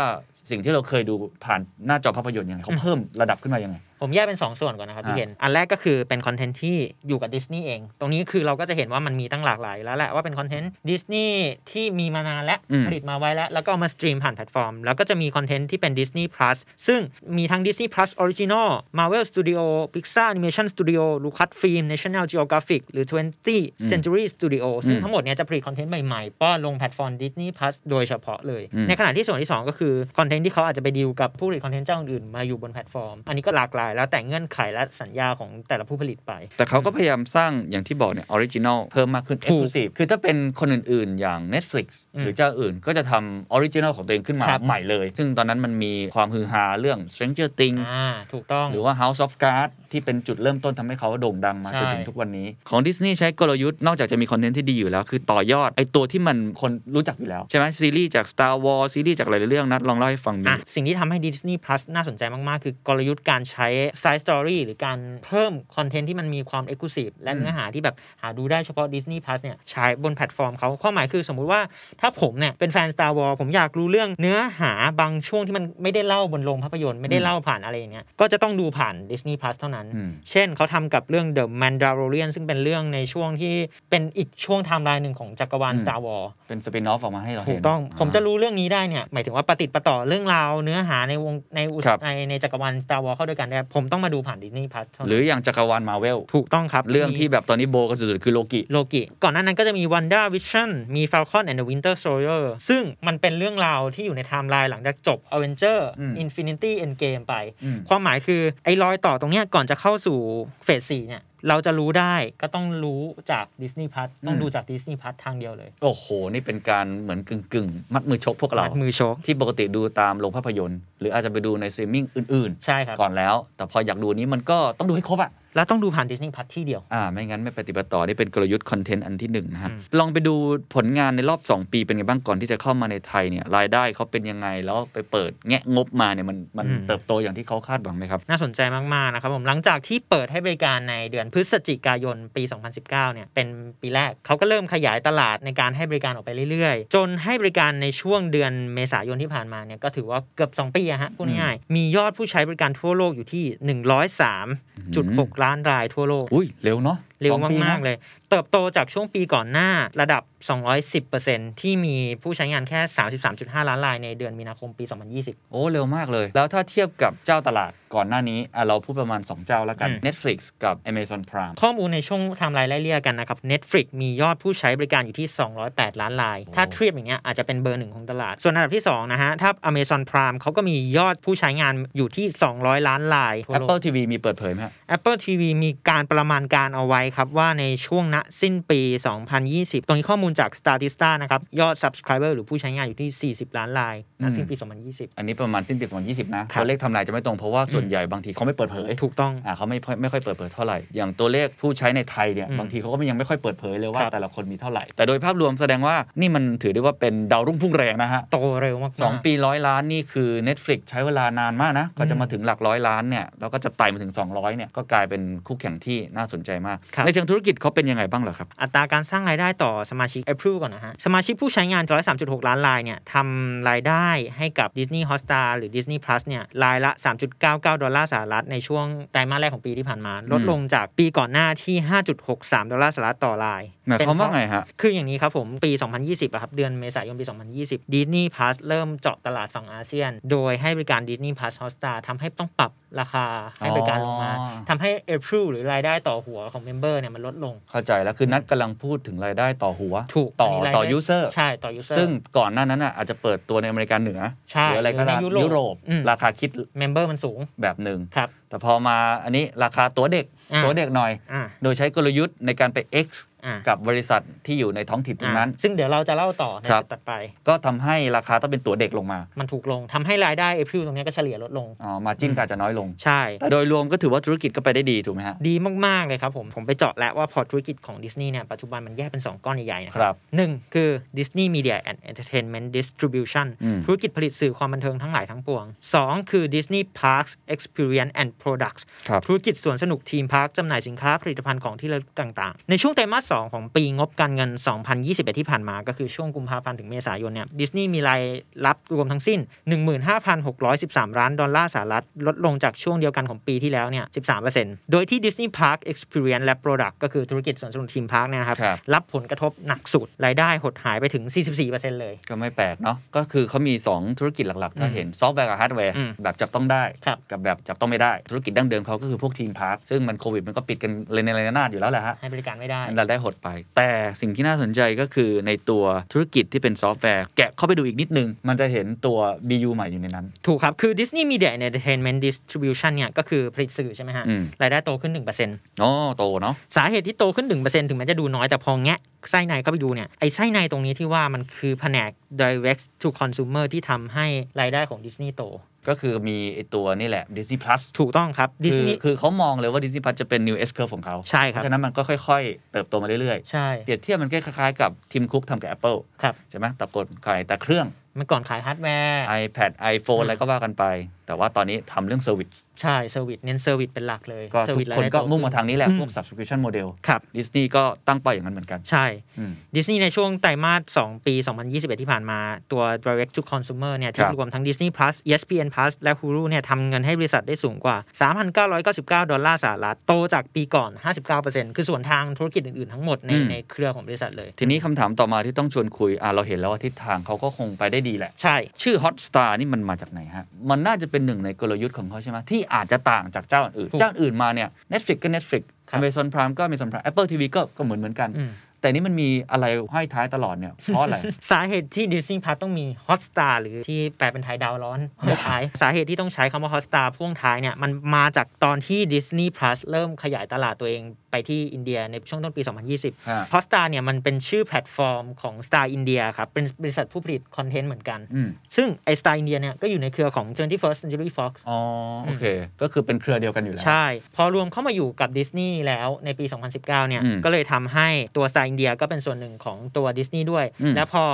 Speaker 2: สิ่งที่เราเคยดูผ่านหน้าจอภาพยนตร์ยังไงเขาเพิ่มระดับขึ้นมายังไง
Speaker 1: ผมแยกเป็น 2 ส่วนก่อนนะครับ
Speaker 2: อ่ะ
Speaker 1: พี่เคนอันแรกก็คือเป็นคอนเทนต์ที่อยู่กับดิสนีย์เอง ตรงนี้คือเราก็จะเห็นว่ามันมีตั้งหลากหลายแล้วแหละว่าเป็นคอนเทนต์ดิสนีย์ที่มีมานานและ
Speaker 2: อืม
Speaker 1: ผลิตมาไว้แล้ว แล้วก็เอามาสตรีมผ่านแพลตฟอร์ม แล้วก็จะมีคอนเทนต์ที่เป็น Disney Plus ซึ่งมีทั้ง Disney Plus Original Marvel Studio Pixar Animation Studio Lucasfilm National Geographic หรือ 20 Century Studio ซึ่งทั้งหมดเนี้ยจะผลิตคอนเทนต์ใหม่ๆป้อนลงแพลตฟอร์ม Disney Plus โดยเฉพาะเลย
Speaker 2: อืม
Speaker 1: ในขณะที่ส่วนที่ 2 ก็คือ คอนเทนต์ที่เขาอาจจะไปดีลกับผู้ผลิตคอนเทนต์เจ้าอื่นๆมาอยู่บนแพลตฟอร์ม อันนี้ก็หลากหลายแล้วแต่เงื่อนไขและสัญญาของแต่ละผู้ผลิตไป
Speaker 2: แต่เขาก็พยายามสร้างอย่างที่บอกเนี่ยออริจินอลเพิ่มมากขึ้น
Speaker 1: ถูก
Speaker 2: exclusive คือถ้าเป็นคนอื่นๆ อย่าง Netflix
Speaker 1: อืม
Speaker 2: หรือเจ้าอื่นก็จะทำออริจินอลของตัวเองขึ้นมา
Speaker 1: ครับ
Speaker 2: ใหม่เลย ซึ่งตอนนั้นมันมีความฮือฮาเรื่อง Stranger Things
Speaker 1: อ่าถูกต้อง
Speaker 2: หรือว่า House of Cards ที่เป็นจุดเริ่มต้นทำให้เขาโด่งดังมา
Speaker 1: ใช่
Speaker 2: จนถึงทุกวันนี้ ของดิสนีย์ใช้กลยุทธ์นอกจากจะมีคอนเทนต์ที่ดีอยู่แล้ว คือต่อยอดไอตัวที่มันคนรู้จักอยู่แล้ว ใช่ไหมซีรีส์จาก Star Wars ซีรีส์จากหลายๆเรื่องนัดลองเล่าให้ฟังดู
Speaker 1: อ่ะสิ่งที่ทำให้ Disney Plus น่าสนใจมาก ๆ คือกลยุทธ์การใช้ side story หรือการเพิ่มคอนเทนต์ที่มันมีความ exclusive และเนื้อหาที่แบบหาดูได้เฉพาะ Disney Plus เนี่ยใช้บนแพลตฟอร์มเขาความหมายคือสมมุติว่าถ้าผมเนี่ยเป็นแฟน Star Wars ผมอยากรู้เรื่องเนื้อหาบางช่วงที่มันไม่ได้เล่าบนโรงภาพยนตร์ไม่ได้เล่าผ่านอะไรอย่างเงี้ยก็จะต้องดูผ่าน Disney Plus เท่านั้น
Speaker 2: อืม
Speaker 1: เช่นเขาทำกับเรื่อง The Mandalorian ซึ่งเป็นเรื่องในช่วงที่เป็นอีกช่วงไทม์ไลน์หนึ่งของจักรวาล
Speaker 2: อืม
Speaker 1: Star Wars
Speaker 2: เป็นสปินออฟออกมาให้เรา
Speaker 1: ถู
Speaker 2: เห็
Speaker 1: ก
Speaker 2: น
Speaker 1: ต้องผมจะ
Speaker 2: อ่า
Speaker 1: รู้เรื่องนี้ได้เนี่ย หมายถึงว่าประติดประต่อเรื่องราวเนื้อหาในวงในอุต
Speaker 2: ครับ
Speaker 1: ในในจักรวาล Star Wars เข้าด้วยกันนะครับ ผมต้องมาดูผ่านดิสนีย์พ s สเท่า
Speaker 2: ห
Speaker 1: นั้
Speaker 2: รื
Speaker 1: น
Speaker 2: ออย่างจักรวาลมาเวล
Speaker 1: ถูกต้องครับ
Speaker 2: เรื่องที่
Speaker 1: มี
Speaker 2: แบบตอนนี้โบกันสุดๆคือโลกิ
Speaker 1: โลกิ ก่อนหน้านั้นก็จะมี Wanda Vision มี Falcon and the Winter Soldier ซึ่งมันเป็นเรื่องราวที่อยู่ในไทม์ไลน์หลังจากจบ Avenger
Speaker 2: อืม
Speaker 1: Infinity Endgame ไป
Speaker 2: อืม
Speaker 1: ความหมายคือไอ้รอยต่อตรงเนี้ยก่อนจะเข้าสู่เฟสสี่เนี่ย เราจะรู้ได้ก็ต้องรู้จากดิสนีย์พัทต้อง
Speaker 2: อืม
Speaker 1: ดูจากดิสนีย์พัททางเดียวเลย
Speaker 2: โอ้โห นี่เป็นการเหมือนกึ่งกึ่งๆ มัดมือชกพวกเรา
Speaker 1: มัดมือชก
Speaker 2: ที่ปกติดูตามโรงภาพยนตร์ หรืออาจจะไปดูในสตรีมมิ่งอื่น
Speaker 1: ใช่ครับ
Speaker 2: ๆ ก่อนแล้ว แต่พออยากดูนี้มันก็ต้องดูให้ครบอ่ะ
Speaker 1: แล้วต้องดูผ่านดิสนีย์พัทที่เดียว
Speaker 2: อ่าไม่งั้นไม่ปฏิบัติต่อ นี่เป็นกลยุทธ์คอนเทนต์อันที่หนึ่งนะฮะ
Speaker 1: อืม
Speaker 2: ลองไปดูผลงานในรอบ 2 ปีเป็นไงบ้างก่อนที่จะเข้ามาในไทยเนี่ยรายได้เขาเป็นยังไงแล้วไปเปิดแงะงบมาเนี่ยมันมันเติบโตอย่างที่เขาคาดหวังไหมครับ
Speaker 1: น่าสนใจมาก ๆ นะครับผมหลังจากที่เปิดให้บริการในเดือนพฤศจิกายนปี 2019 เนี่ย เป็นปีแรกเขาก็เริ่มขยายตลาดในการให้บริการออกไปเรื่อย ๆ จนให้บริการในช่วงเดือนเมษายนที่ผ่านมาเนี่ย ก็ถือว่าเกือบ 2 ปีอะฮะพูดง่ายๆมียอดผู้ใช้บริการทั่วโลกอยู่ที่ 103.6 ล้านรายทั่วโลก
Speaker 2: อุ้ยเร็วเนาะ
Speaker 1: เร็ว
Speaker 2: สองปีนะ
Speaker 1: มาก ๆ เลย เติบโตจากช่วงปีก่อนหน้าระดับ 210%ที่มีผู้ใช้งานแค่ 33.5 ล้านรายในเดือนมีนาคมปี 2020
Speaker 2: โอ้เร็วมากเลย แล้วถ้าเทียบกับเจ้าตลาดก่อนหน้านี้อ่ะเราพูดประมาณสองเจ้าแล้วกัน
Speaker 1: อืม
Speaker 2: Netflix กับ Amazon Prime
Speaker 1: ข้อมูลในช่วงไทม์ไลน์ไล่เลี่ยกันนะครับ Netflix มียอดผู้ใช้บริการอยู่ที่ 208 ล้านราย ถ้าเทียบอย่างเงี้ยอาจจะเป็นเบอร์หนึ่งของตลาด ส่วนอันดับที่ 2 นะฮะ ถ้า Amazon Prime เขาก็มียอดผู้ใช้งานอยู่ที่ 200 ล้านรายทั่วโลก
Speaker 2: Apple TV มีเปิดเผยไหมฮะ
Speaker 1: Apple TV มีการประมาณการเอาไว้ครับ ว่าในช่วงณสิ้นปี 2020 ตรงนี้ข้อมูลจาก Statista นะครับ ยอด subscriber หรือผู้ใช้งานอยู่ที่ 40 ล้านรายณสิ้นปี 2020
Speaker 2: อันนี้ประมาณสิ้นปี2020 นะ
Speaker 1: ครับ
Speaker 2: ตัวเลขไทำลายจะไม่ตรงเพราะว่าส่วนใหญ่บางทีเขาไม่เปิดเผย
Speaker 1: ถูกต้อง
Speaker 2: อ่าเขาไม่ค่อยไม่ค่อยเปิดเผยเท่าไหร่ อย่างตัวเลขผู้ใช้ในไทยเนี่ย
Speaker 1: อืม
Speaker 2: บางทีเขาก็ยังไม่ค่อยเปิดเผยเลยว่า
Speaker 1: ครับ
Speaker 2: แต่ละคนมีเท่าไหร่ แต่โดยภาพรวมแสดงว่านี่มันถือได้ว่าเป็นดาวรุ่งพุ่งแรงนะฮะ
Speaker 1: โตเร็วมากๆ
Speaker 2: สองปีร้อยล้านนี่คือ Netflix ใช้เวลานานมากนะก็จะมาถึงหลักร้อยล้านเนี่ยแล้วก็จะไต่มาถึง 200เนี่ยก็กลายเป็นคู่แข่งที่น่าสนใจมาก
Speaker 1: ครับ
Speaker 2: ในเชิงธุรกิจเขาเป็นยังไงบ้างเหรอครับ
Speaker 1: อัตราการสร้างรายได้ต่อสมาชิก April ก่อนนะฮะ สมาชิกผู้ใช้งาน 103.6 ล้านรายเนี่ยทำรายได้ให้กับ Disney Hotstar หรือ Disney Plus เนี่ยรายละ 3.99 ดอลลาร์สหรัฐในช่วงไตรมาสแรกของปีที่ผ่านมา ลดลงจากปีก่อนหน้าที่ 5.63 ดอลลาร์สหรัฐต่อราย
Speaker 2: หมายความว่า
Speaker 1: เป็นเพระ
Speaker 2: ไงฮะ
Speaker 1: คืออย่างนี้ครับผม ปี 2020อะครับ เดือนเมษายนปี 2020 Disney Plus เริ่มเจาะตลาดฝั่งอาเซียน โดยให้บริการ Disney Plus Hotstar ทำให้ต้องปรับราคาให้บริการลงมา
Speaker 2: อ๋อ
Speaker 1: ทำให้ April หรือรายได้ต่อหัวของ member เนี่ยมันลดลง
Speaker 2: เข้าใจแล้วคือนัดกำลังพูดถึงรายได้ต่อหัว
Speaker 1: ถูก
Speaker 2: ต่อน
Speaker 1: นี้รา
Speaker 2: ต่อ
Speaker 1: ได้
Speaker 2: user
Speaker 1: ใช่ ต่อ user
Speaker 2: ซึ่งก่อนหน้านั้นน่ะอาจจะเปิดตัวในอเมริกาเหนือ
Speaker 1: ใช่
Speaker 2: หรืออะไรก็ตาม
Speaker 1: หรือในยุ
Speaker 2: ยุ
Speaker 1: โร
Speaker 2: โร
Speaker 1: ป
Speaker 2: ป
Speaker 1: อืม
Speaker 2: ราคาคิด
Speaker 1: เมมเบอร์มันสูง
Speaker 2: แบบหนึ่ง
Speaker 1: ครับ
Speaker 2: แต่พอมาอันนี้ราคาตัวเด็ก
Speaker 1: อ่า
Speaker 2: ตัวเด็กหน่อย
Speaker 1: อ่า
Speaker 2: โดยใช้กลยุทธ์ในการไป X
Speaker 1: อ่า
Speaker 2: กับบริษัทที่อยู่ในท้องถิ่นตรงนั้น
Speaker 1: อ่าซึ่งเดี๋ยวเราจะเล่าต่อใน
Speaker 2: ครับ
Speaker 1: สเต็ปต่อไป
Speaker 2: ก็ทำให้ราคาต้องเป็นตัวเด็กลงมา
Speaker 1: มันถูกลงทำให้รายได้เอพิลตรงเนี้ยก็เฉลี่ยลดลง
Speaker 2: อ๋อมาจิ้นก็อาจจะน้อยลง
Speaker 1: ใช่
Speaker 2: แต่โดยรวมก็ถือว่าธุรกิจก็ไปได้ดีถูกไหมฮะ
Speaker 1: ดีมาก ๆ เลยครับผม ผมไปเจาะแล้วว่าพอร์ตธุรกิจของดิสนีย์เนี่ย ปัจจุบันมันแยกเป็น 2 ก้อนใหญ่ ๆ นะค
Speaker 2: ครั
Speaker 1: รับบหนึ่งคือ Disney Media and Entertainment Distribution
Speaker 2: อืม
Speaker 1: ธุรกิจผลิตสื่อความบันเทิงทั้งหลายทั้งปวง 2 คือ Disney Parks Experience and Products
Speaker 2: ครับ
Speaker 1: ธุรกิจสวนสนุกทีมพาร์คจำหน่ายสินค้าผลิตภัณฑ์ของที่ระลึกต่างๆ ในช่วงไตรมาส 2 ของปีงบการเงิน 2021 ที่ผ่านมา ก็คือช่วงกุมภาพันธ์ถึงเมษายนเนี่ยดิสนีย์มีรายรับรวมทั้งสิ้น 15,613 ล้านดอลลาร์สหรัฐ ลดลงจากช่วงเดียวกันของปีที่แล้วเนี่ย 13%โดยที่ Disney Park Experience และ Product ก็คือธุรกิจสวนสนุกทีมพาร์คเนี่ยนะครับ
Speaker 2: ครับ
Speaker 1: รับผลกระทบหนักสุดรายได้หดหายไปถึง 44%เลย
Speaker 2: ก็ไม่แปลกเนาะก็คือเขามี 2 ธุรกิจหลัก ๆ ถ้าเห็นซอฟต์แวร์กับฮาร์ดแวร์
Speaker 1: อืม
Speaker 2: แบบจับต้องได้
Speaker 1: ครับ
Speaker 2: กับแบบจับต้องไม่ได้ธุรกิจดั้งเดิมเขาก็คือพวกทีมพาร์คซึ่งมันโควิดมันก็ปิดกันเลยในระนาดอยู่แล้วแหละฮะ
Speaker 1: ให้บริการไม่ได้
Speaker 2: อันดับได้หดไป แต่สิ่งที่น่าสนใจก็คือในตัวธุรกิจที่เป็นซอฟต์แวร์ แกะเข้าไปดูอีกนิดนึง มันจะเห็นตัว BU ใหม่อยู่ในนั้น
Speaker 1: ถูกครับ คือ Disney Media and Entertainment Distribution เนี่ยก็คือผลิตสื่อใช่ไหมฮะ
Speaker 2: อืม
Speaker 1: รายได้โตขึ้น 1%
Speaker 2: อ๋อโตเนาะ
Speaker 1: สาเหตุที่โตขึ้น 1%ถึงแม้จะดูน้อยแต่พอแงะไส้ในเข้าไปดูเนี่ย ไอ้ไส้ในตรงนี้ที่ว่ามันคือแผนก direct to consumer ที่ทำให้รายได้ของดิสนีย์โต
Speaker 2: ก็คือมีไอตัวนี่แหละ Disney Plus
Speaker 1: ถูกต้องครับดิส
Speaker 2: คือ
Speaker 1: นีย์
Speaker 2: คือเขามองเลยว่า Disney Plus จะเป็น New S curve ของเขา
Speaker 1: ใช่
Speaker 2: เพ
Speaker 1: ครับ
Speaker 2: ราะฉะนั้นมันก็ค่อยๆ เติบโตมาเรื่อย
Speaker 1: ใช่
Speaker 2: ๆ เปรียบเทียบมันก็คล้ายๆกับทีมคุกทำกับ Apple
Speaker 1: ครับ
Speaker 2: ใช่ไหมแต่กดขายแต่เครื่อง
Speaker 1: เมื่อก่อนขายฮาร์ดแวร์
Speaker 2: iPad iPhone
Speaker 1: อืม
Speaker 2: อะไรก็ว่ากันไป แต่ว่าตอนนี้ทำเรื่อง Service
Speaker 1: ใช่เซอร์วิสเน้นเซอร์วิสเป็นหลักเลย
Speaker 2: ก็
Speaker 1: เซอร์
Speaker 2: ทุ
Speaker 1: วิ
Speaker 2: ก
Speaker 1: สรย
Speaker 2: คน
Speaker 1: ได้
Speaker 2: ก็
Speaker 1: โต
Speaker 2: มุ่งมาทางนี้แหละ
Speaker 1: อื
Speaker 2: พวก subscription model
Speaker 1: ครับ
Speaker 2: ดิสนีย์ก็ตั้งเป้าอย่างนั้นเหมือนกัน
Speaker 1: ใช่
Speaker 2: อืม
Speaker 1: ดิสนีย์ในช่วงไตรมาส 2 ปี 2021 ที่ผ่านมาตัว direct to consumer เนี่ย
Speaker 2: ค
Speaker 1: ที่
Speaker 2: รับ
Speaker 1: รวมทั้ง Disney Plus ESPN Plus และ Hulu เนี่ยทำเงินให้บริษัทได้สูงกว่า 3,999 ดอลลาร์สหรัฐ โตจากปีก่อน 59%คือส่วนทางธุรกิจอื่น ๆ ทั้งหมดในในเครือของบริษัทเลย
Speaker 2: ทีนี้คำถามต่อมาที่ต้องชวนคุยอ่ะเราเห็นแล้วว่าทิศทางเขาก็คงไปได้ ได้ดีแหละ
Speaker 1: ใช่
Speaker 2: ชื่อ Hotstar นี่มันมาจากไหนฮะ มันน่าจะเป็นหนึ่งในกลยุทธ์ของเขาใช่ไหมที่อาจจะต่างจากเจ้าอื่น
Speaker 1: ถูก
Speaker 2: เจ้าอื่นมาเนี่ย Netflix ก็ Netflix
Speaker 1: ครับ
Speaker 2: Amazon Prime ก็ Amazon Prime Apple TV ก็ก็เหมือนเหมือนกัน
Speaker 1: อืม
Speaker 2: แต่นี่มันมีอะไรห้อยท้ายตลอดเนี่ย เพ ราะอะไร
Speaker 1: สาเหตุที่ Disney Plus ต้องมี Hotstar หรือที่แปลเป็นไทยดาวร้อนห้อยท้ายสาเหตุที่ต้องใช้คำว่า Hotstar พ่วงท้ายเนี่ย มันมาจากตอนที่ Disney Plus เริ่มขยายตลาดตัวเองไปที่อินเดียในช่วงต้นปี
Speaker 2: ฮะ
Speaker 1: 2020 Hotstar เนี่ยมันเป็นชื่อแพลตฟอร์มของ Star India ครับ เป็นบริษัทผู้ผลิตคอนเทนต์เหมือนกัน
Speaker 2: อืม
Speaker 1: ซึ่งไอ Star India เนี่ยก็อยู่ในเครือของ 21st Century Fox
Speaker 2: อ๋อโอเค ก็คือเป็นเครือเดียวกันอยู่แล้ว
Speaker 1: ใช่ พอรวมเข้ามาอยู่กับดิสนีย์แล้วในปี 2019 เนี่ย
Speaker 2: อืม
Speaker 1: ก็เลยทำให้ตัวสไตล์อินเดียก็เป็นส่วนหนึ่งของตัวดิสนีย์ด้วย
Speaker 2: อืม
Speaker 1: แล้วพอ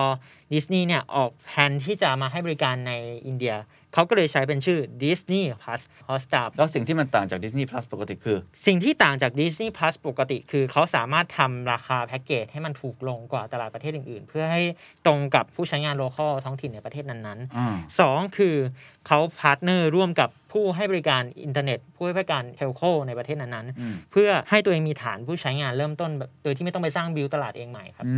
Speaker 1: ดิสนีย์เนี่ย ออกแผนที่จะมาให้บริการในอินเดีย เขาก็เลยใช้เป็นชื่อ Disney Plus Hotstar
Speaker 2: แล้วสิ่งที่มันต่างจาก Disney Plus ปกติคือ
Speaker 1: สิ่งที่ต่างจาก Disney Plus ปกติคือเขาสามารถทำราคาแพ็กเกจให้มันถูกลงกว่าตลาดประเทศอื่นๆ เพื่อให้ตรงกับผู้ใช้งานโลคอลท้องถิ่นในประเทศนั้นๆ
Speaker 2: อ่า
Speaker 1: สองคือเขาพาร์ทเนอร์ร่วมกับผู้ให้บริการอินเทอร์เน็ต ผู้ให้บริการเทลโคในประเทศนั้น
Speaker 2: อืม
Speaker 1: ๆ เพื่อให้ตัวเองมีฐานผู้ใช้งานเริ่มต้นแบบโดยที่ไม่ต้องไปสร้างบิลตลาดเองใหม่ครับ
Speaker 2: อื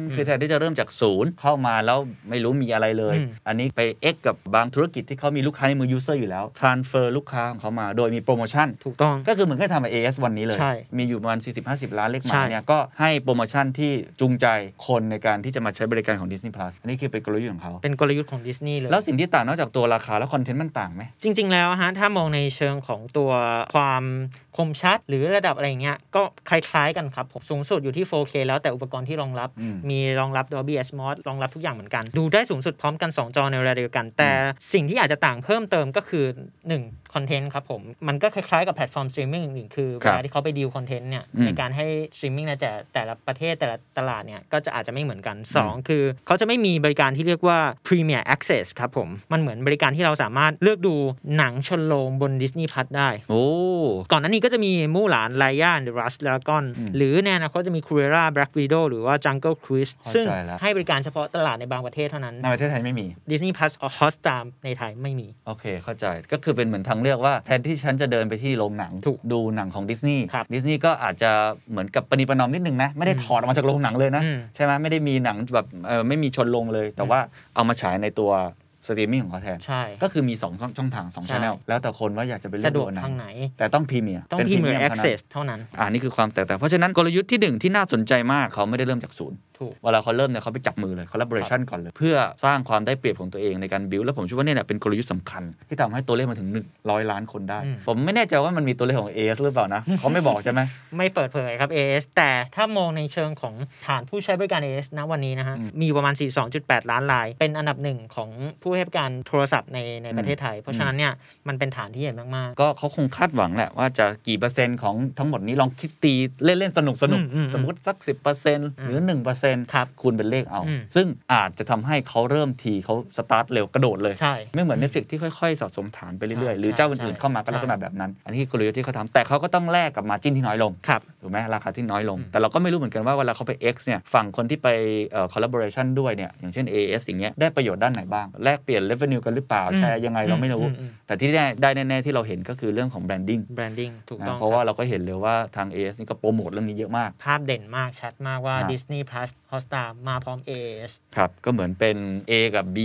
Speaker 2: มคือแทนที่จะเริ่มจากศูนย์เข้ามาแล้วไม่รู้มีอะไรเลย
Speaker 1: อืม
Speaker 2: อันนี้ไปเอ็กกับบางธุรกิจที่เขามีลูกค้าในมือยูเซอร์อยู่แล้ว transfer ลูกค้าของเขามาโดยมีโปรโมชั่น
Speaker 1: ถูกต้อง
Speaker 2: ก็คือเหมือนก็ทำกับ AS วันนี้เลย
Speaker 1: ใช่
Speaker 2: มีอยู่ประมาณ 40-50 ล้านเลขห
Speaker 1: ใช่
Speaker 2: มายเนี่ย ก็ให้โปรโมชั่นที่จูงใจคนในการที่จะมาใช้บริการของ Disney Plus อันนี้คือเป็นกลยุทธ์ของเขา
Speaker 1: เป็นกลยุทธ์ของดิสนีย์เลย
Speaker 2: แล้วสิ่งที่ต่างนอกจากตัวราคาและคอนเทนต์มันต่างไหม
Speaker 1: จริง ๆ แล้วฮะถ้ามองในเชิงของตัวความคมชัดหรือระดับอะไรอย่างเงี้ยก็คล้าย ๆ กันครับผมสูงสุดอยู่ที่ 4K แล้วแต่อุปกรณ์ที่รองรับ
Speaker 2: อืม
Speaker 1: มีรองรับ Dolby Atmos รองรับทุกอย่างเหมือนกัน ดูได้สูงสุดพร้อมกัน 2 จอในเวลาเดียวกัน แต่สิ่งที่อาจจะต่างเพิ่มเติมก็คือ1คอนเทนต์ครับผม มันก็คล้ายๆกับแพลตฟอร์มสตรีมมิ่งอื่นๆคือ
Speaker 2: ค
Speaker 1: เว
Speaker 2: รับ
Speaker 1: ลาที่เขาไปดีลคอนเทนต์เนี่ย
Speaker 2: อืม
Speaker 1: ในการให้สตรีมมิ่งในแต่แต่ละประเทศแต่ละตลาดเนี่ยก็จะอาจจะไม่เหมือนกันสอง คือเขาจะไม่มีบริการที่เรียกว่า Premier Access ครับผม มันเหมือนบริการที่เราสามารถเลือกดูหนังชนโลงบน Disney Plus ได้
Speaker 2: โอ้
Speaker 1: ก่อนหน้านี้ก็จะมีมู่หลานไลย่านเดอะรัสแล้วก็
Speaker 2: อืม
Speaker 1: หรือแน่นะก็จะมีคูเรราแบล็กวีโดหรือว่าจังเกิลครูซ
Speaker 2: เข้าใจ
Speaker 1: ซึ่ง
Speaker 2: แล้ว
Speaker 1: ให้บริการเฉพาะตลาดในบางประเทศเท่านั้น
Speaker 2: ในประเทศไทยไม่มี
Speaker 1: Disney Plus ออ Hotstar ในไทยไม่มี
Speaker 2: โอเค เข้าใจ ก็คือเป็นเหมือนทางเลือกว่าแทนที่ฉันจะเดินไปที่โรงหนัง
Speaker 1: ถูก
Speaker 2: ดูหนังของดิสนีย์
Speaker 1: ครับ
Speaker 2: ดิสนีย์ก็อาจจะเหมือนกับประนีประนอมนิดนึงนะ ไม่ได้ถอดออกมาจากโรงหนังเลยนะ
Speaker 1: อืม
Speaker 2: ใช่ไหมไม่ได้มีหนังแบบเอ่อไม่มีชนลงเลย แต่
Speaker 1: อืม
Speaker 2: ว่าเอามาฉายในตัวสตรีมมิ่งของเขาแทน
Speaker 1: ใช่
Speaker 2: ก็คือมี 2 ช่องทาง2
Speaker 1: ใช่
Speaker 2: ช่องแล้วแต่คนว่าอยากจะไปเลือ
Speaker 1: สะ
Speaker 2: ก
Speaker 1: ด
Speaker 2: ดู
Speaker 1: วก
Speaker 2: อันไหน
Speaker 1: ทางไหน
Speaker 2: แต่ต้องพรีเมียร์
Speaker 1: ต้อง
Speaker 2: ป็น
Speaker 1: พิมพ์
Speaker 2: ยเท่านั้น
Speaker 1: Access เท่านั้น
Speaker 2: อ่านี่คือความแตกต่างเพราะฉะนั้นกลยุทธ์ที่หนึ่งที่น่าสนใจมากเขาไม่ได้เริ่มจากศูนย์
Speaker 1: ถูก
Speaker 2: เวลาเขาเริ่มเนี่ยเขาไปจับมือเลย collaboration ก่อนเลย เพื่อสร้างความได้เปรียบของตัวเองในการ build แล้วผมเชื่อว่าเนี่ยแหละเป็นกลยุทธ์สำคัญ ที่ทำให้ตัวเลขมาถึง 100 ล้านคนได้
Speaker 1: อืม
Speaker 2: ผมไม่แน่ใจว่ามันมีตัวเลขของ AS หรือเปล่านะ เขาไม่บอกใช่ไหม
Speaker 1: ไม่เปิดเผยครับ AS แต่ถ้ามองในเชิงของฐานผู้ใช้บริการ AS ณวันนี้นะฮะ
Speaker 2: อืม
Speaker 1: มีประมาณ 42.8 ล้านราย เป็นอันดับหนึ่งของผู้ให้บริการโทรศัพท์ในในประเทศไทย เพ
Speaker 2: อื
Speaker 1: ราะ
Speaker 2: ม
Speaker 1: ฉะนั้นเนี่ยมันเป็นฐานที่ใหญ่มาก
Speaker 2: ก็เขาคงคาดหวังแหละว่าจะกี่เปอร์เซ็นต์ของทั้งหมดนี้ลองคิดตีเล่นๆสนุกสนุก
Speaker 1: อืมอืม
Speaker 2: สมมติสัก 10%หรือ1%
Speaker 1: ครับ
Speaker 2: คูณเป็นเลขเอา
Speaker 1: อืม
Speaker 2: ซึ่งอาจจะทำให้เขาเริ่มทีเขาสตาร์ทเร็วกระโดดเลย
Speaker 1: ๆ ใช่
Speaker 2: ไม่เหมือน Netflix ที่ค่อยๆ สะสมฐานไปเรื่อยๆ หรือ
Speaker 1: ใช่
Speaker 2: เจ้าอื่นๆ
Speaker 1: ใช่
Speaker 2: เข้ามาก็ลักษณะ
Speaker 1: ใช่
Speaker 2: แบบนั้น อันนี้คือกลยุทธ์ที่เขาทำแต่เขาก็ต้องแลกกับมาจิ้นที่น้อยลง
Speaker 1: ครับ
Speaker 2: ถูกไหมราคาที่น้อยลง แต่เราก็ไม่รู้เหมือนกันว่าเวลาเขาไป X เนี่ยฝั่งคนที่ไปเอ่อ collaboration ด้วยเนี่ยอย่างเช่น AS อย่างเงี้ยได้ประโยชน์ด้านไหนบ้าง แลกเปลี่ยน revenue กันหรือเปล่า
Speaker 1: อืม
Speaker 2: แชร์ยังไงเราไม่รู้
Speaker 1: อืมอืม
Speaker 2: แต่ที่ได้ได้แน่ๆที่เราเห็นก็คือเรื่องของ branding
Speaker 1: แบรนดิ้งถูกต้อง
Speaker 2: นะเพราะว่า
Speaker 1: คบ
Speaker 2: เราก็เห็นเลยว่าทาง AS นี่ก็โปรโมทเรื่องนี้เยอะมาก
Speaker 1: ภาพเด่นมากชัดมากว่า
Speaker 2: ครับ
Speaker 1: Disney Plus Hotstar มาพร้อม AS
Speaker 2: ครับ ก็เหมือนเป็น A กับ B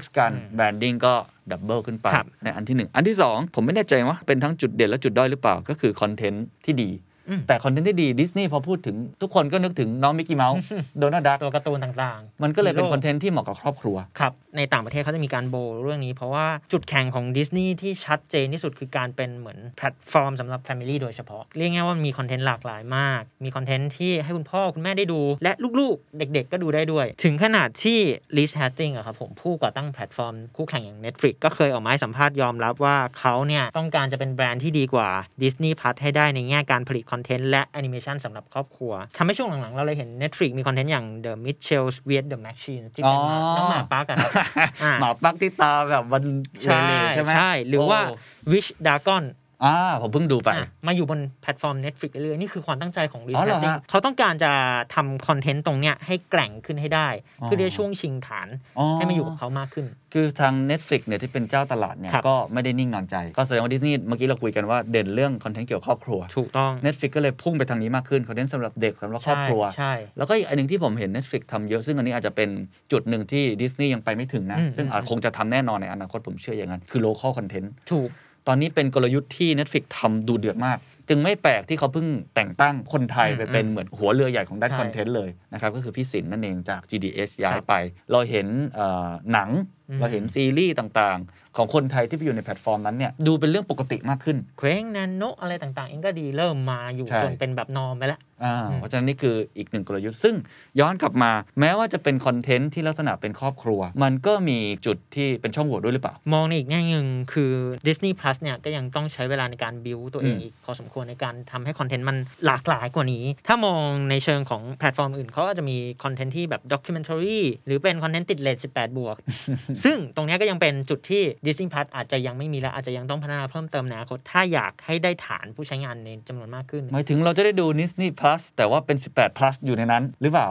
Speaker 2: X กัน
Speaker 1: อืม
Speaker 2: แบรนดิ้งก็ดับเบิลขึ้นไป
Speaker 1: ครับ
Speaker 2: ในอันที่ 1 อันที่ 2 ผมไม่แน่ใจว่าเป็นทั้งจุดเด่นและจุดด้อยหรือเปล่า ก็คือคอนเทนต์ที่ดี
Speaker 1: อืม
Speaker 2: แต่คอนเทนต์ที่ดีดิสนีย์พอพูดถึงทุกคนก็นึกถึงน้องมิกกี้เมา ส์โดนัลด์ดัก
Speaker 1: ตัวการ์ตูนต่างๆ
Speaker 2: มันก็เลยเป็น
Speaker 1: ฮีโร่
Speaker 2: คอนเทนต์ที่เหมาะกับครอบครัว
Speaker 1: ครับ ในต่างประเทศเขาจะมีการโบว์เรื่องนี้ เพราะว่าจุดแข่งของดิสนีย์ที่ชัดเจนที่สุดคือการเป็นเหมือนแพลตฟอร์มสำหรับ Family โดยเฉพาะ เรียกง่ายๆว่ามีคอนเทนต์หลากหลายมาก มีคอนเทนต์ที่ให้คุณพ่อคุณแม่ได้ดู และลูกๆ เด็กๆ ก็ดูได้ด้วย ถึงขนาดที่ Liz Hastings อะครับผมผู้ก่อตั้งแพลตฟอร์มคู่แข่งอย่าง Netflix ก็เคยออกมาให้สัมภาษณ์ยอมรับว่าเขาเนี่ยต้องการจะเป็นแบรนด์ที่ดีกว่า Disney Plus ให้ได้ในแง่การผลิตคอนเทนต์และแอนิเมชันสำหรับครอบครัวทำให้ช่วงหลังๆเราเลยเห็น Netflix มีคอนเทนต์อย่าง The Mitchells v s The Machines ที่เป็นหมาน้องหมาป้ากันครับ อ่า
Speaker 2: หมาปักที่ตาแบบวัน
Speaker 1: ใช่
Speaker 2: เลๆใช่ไหม
Speaker 1: ใช่ หรือว่า
Speaker 2: โ
Speaker 1: Wish Dragon
Speaker 2: อ่าผมเพิ่งดูไป
Speaker 1: อ่ะมาอยู่บนแพลตฟอร์ม Netflix เรื่อยๆนี่คือความตั้งใจของ
Speaker 2: อ๋อเหรอ
Speaker 1: Resetting
Speaker 2: ฮะ
Speaker 1: เขาต้องการจะทำคอนเทนต์ตรงเนี้ยให้แกร่งขึ้นให้ได้ เพื่อที่จะช่วงชิงฐาน
Speaker 2: อ๋อ
Speaker 1: ให้มาอยู่กับเขามากขึ้น
Speaker 2: คือทาง Netflix เนี่ยที่เป็นเจ้าตลาดเนี่ย
Speaker 1: ครับ
Speaker 2: ก็ไม่ได้นิ่งนอนใจ ก็แสดงว่าดิสนีย์เมื่อกี้เราคุยกันว่าเด่นเรื่องคอนเทนต์เกี่ยวกับครอบครัว
Speaker 1: ถูกต้อง
Speaker 2: Netflix ก็เลยพุ่งไปทางนี้มากขึ้นคอนเทนต์สำหรับเด็กสำหรับครอบครัว
Speaker 1: ใช่
Speaker 2: แล้วก็อีกอันหนึงที่ผมเห็น Netflix ทำเยอะ ซึ่งอันนี้อาจจะเป็นจุดหนึ่งที่ดิสนีย์ยังไปไม่ถึงนะ
Speaker 1: อืม
Speaker 2: ซึ่ง
Speaker 1: อืม
Speaker 2: อาจคงจะทำแน่นอนในอนาคตผมเชื่ออย่างนั้น คือ local content
Speaker 1: ใช่ถูก
Speaker 2: ตอนนี้เป็นกลยุทธ์ที่ Netflix ทำดูเดือดมาก จึงไม่แปลกที่เขาเพิ่งแต่งตั้งคนไทย
Speaker 1: อืม
Speaker 2: ไปเป็นเหมือนหัวเรือใหญ่ของด้าน
Speaker 1: ใช่
Speaker 2: คอนเทนต์เลยนะครับ ก็คือพี่สินนั่นเองจาก GDS ย้า
Speaker 1: ค
Speaker 2: ย
Speaker 1: รับ
Speaker 2: ไป เราเห็นเอ่อหนัง
Speaker 1: อืม
Speaker 2: เราเห็นซีรีส์ต่างๆ ของคนไทยที่ไปอยู่ในแพลตฟอร์มนั้นเนี่ยดูเป็นเรื่องปกติมากขึ้น
Speaker 1: เคว้งนันโนะอะไรต่างๆ เองก็ดีเริ่มมาอยู่
Speaker 2: ใช่
Speaker 1: จนเป็นแบบนอมไปแล้ว
Speaker 2: อ่า
Speaker 1: อืม
Speaker 2: เพราะฉะนั้นนี่คืออีกหนึ่งกลยุทธ์ซึ่งย้อนกลับมา แม้ว่าจะเป็นคอนเทนต์ที่ลักษณะเป็นครอบครัว มันก็มีจุดที่เป็นช่องโหว่ด้วยหรือเปล่า
Speaker 1: มองในอีกแง่หนึ่งคือ Disney Plus เนี่ยก็ยังต้องใช้เวลาในการบิวตัวเอง
Speaker 2: อืม
Speaker 1: อีกพอสมควรในการทำให้คอนเทนต์มันหลากหลายกว่านี้ ถ้ามองในเชิงของแพลตฟอร์มอื่นเขาอาจจะมีคอนเทนต์ที่แบบด็อกิเมนทรีหรือเป็นคอนเทนต์ติดเลท18 บ วก ซึ่งตรงเนี้ยก็ยังเป็นจุดที่ Disney Plus อาจจะยังไม่มีและอาจจะยังต้องพัฒนาเพิ่มเติมในอนาคตถ้าอยากให้ได้ฐานผู้ใช้งานในจำนวนมากขึ้น
Speaker 2: หมายถึงเราจะได้ดู Disney Plus แต่ว่าเป็น 18 plus อยู่ในนั้นหรือเปล่า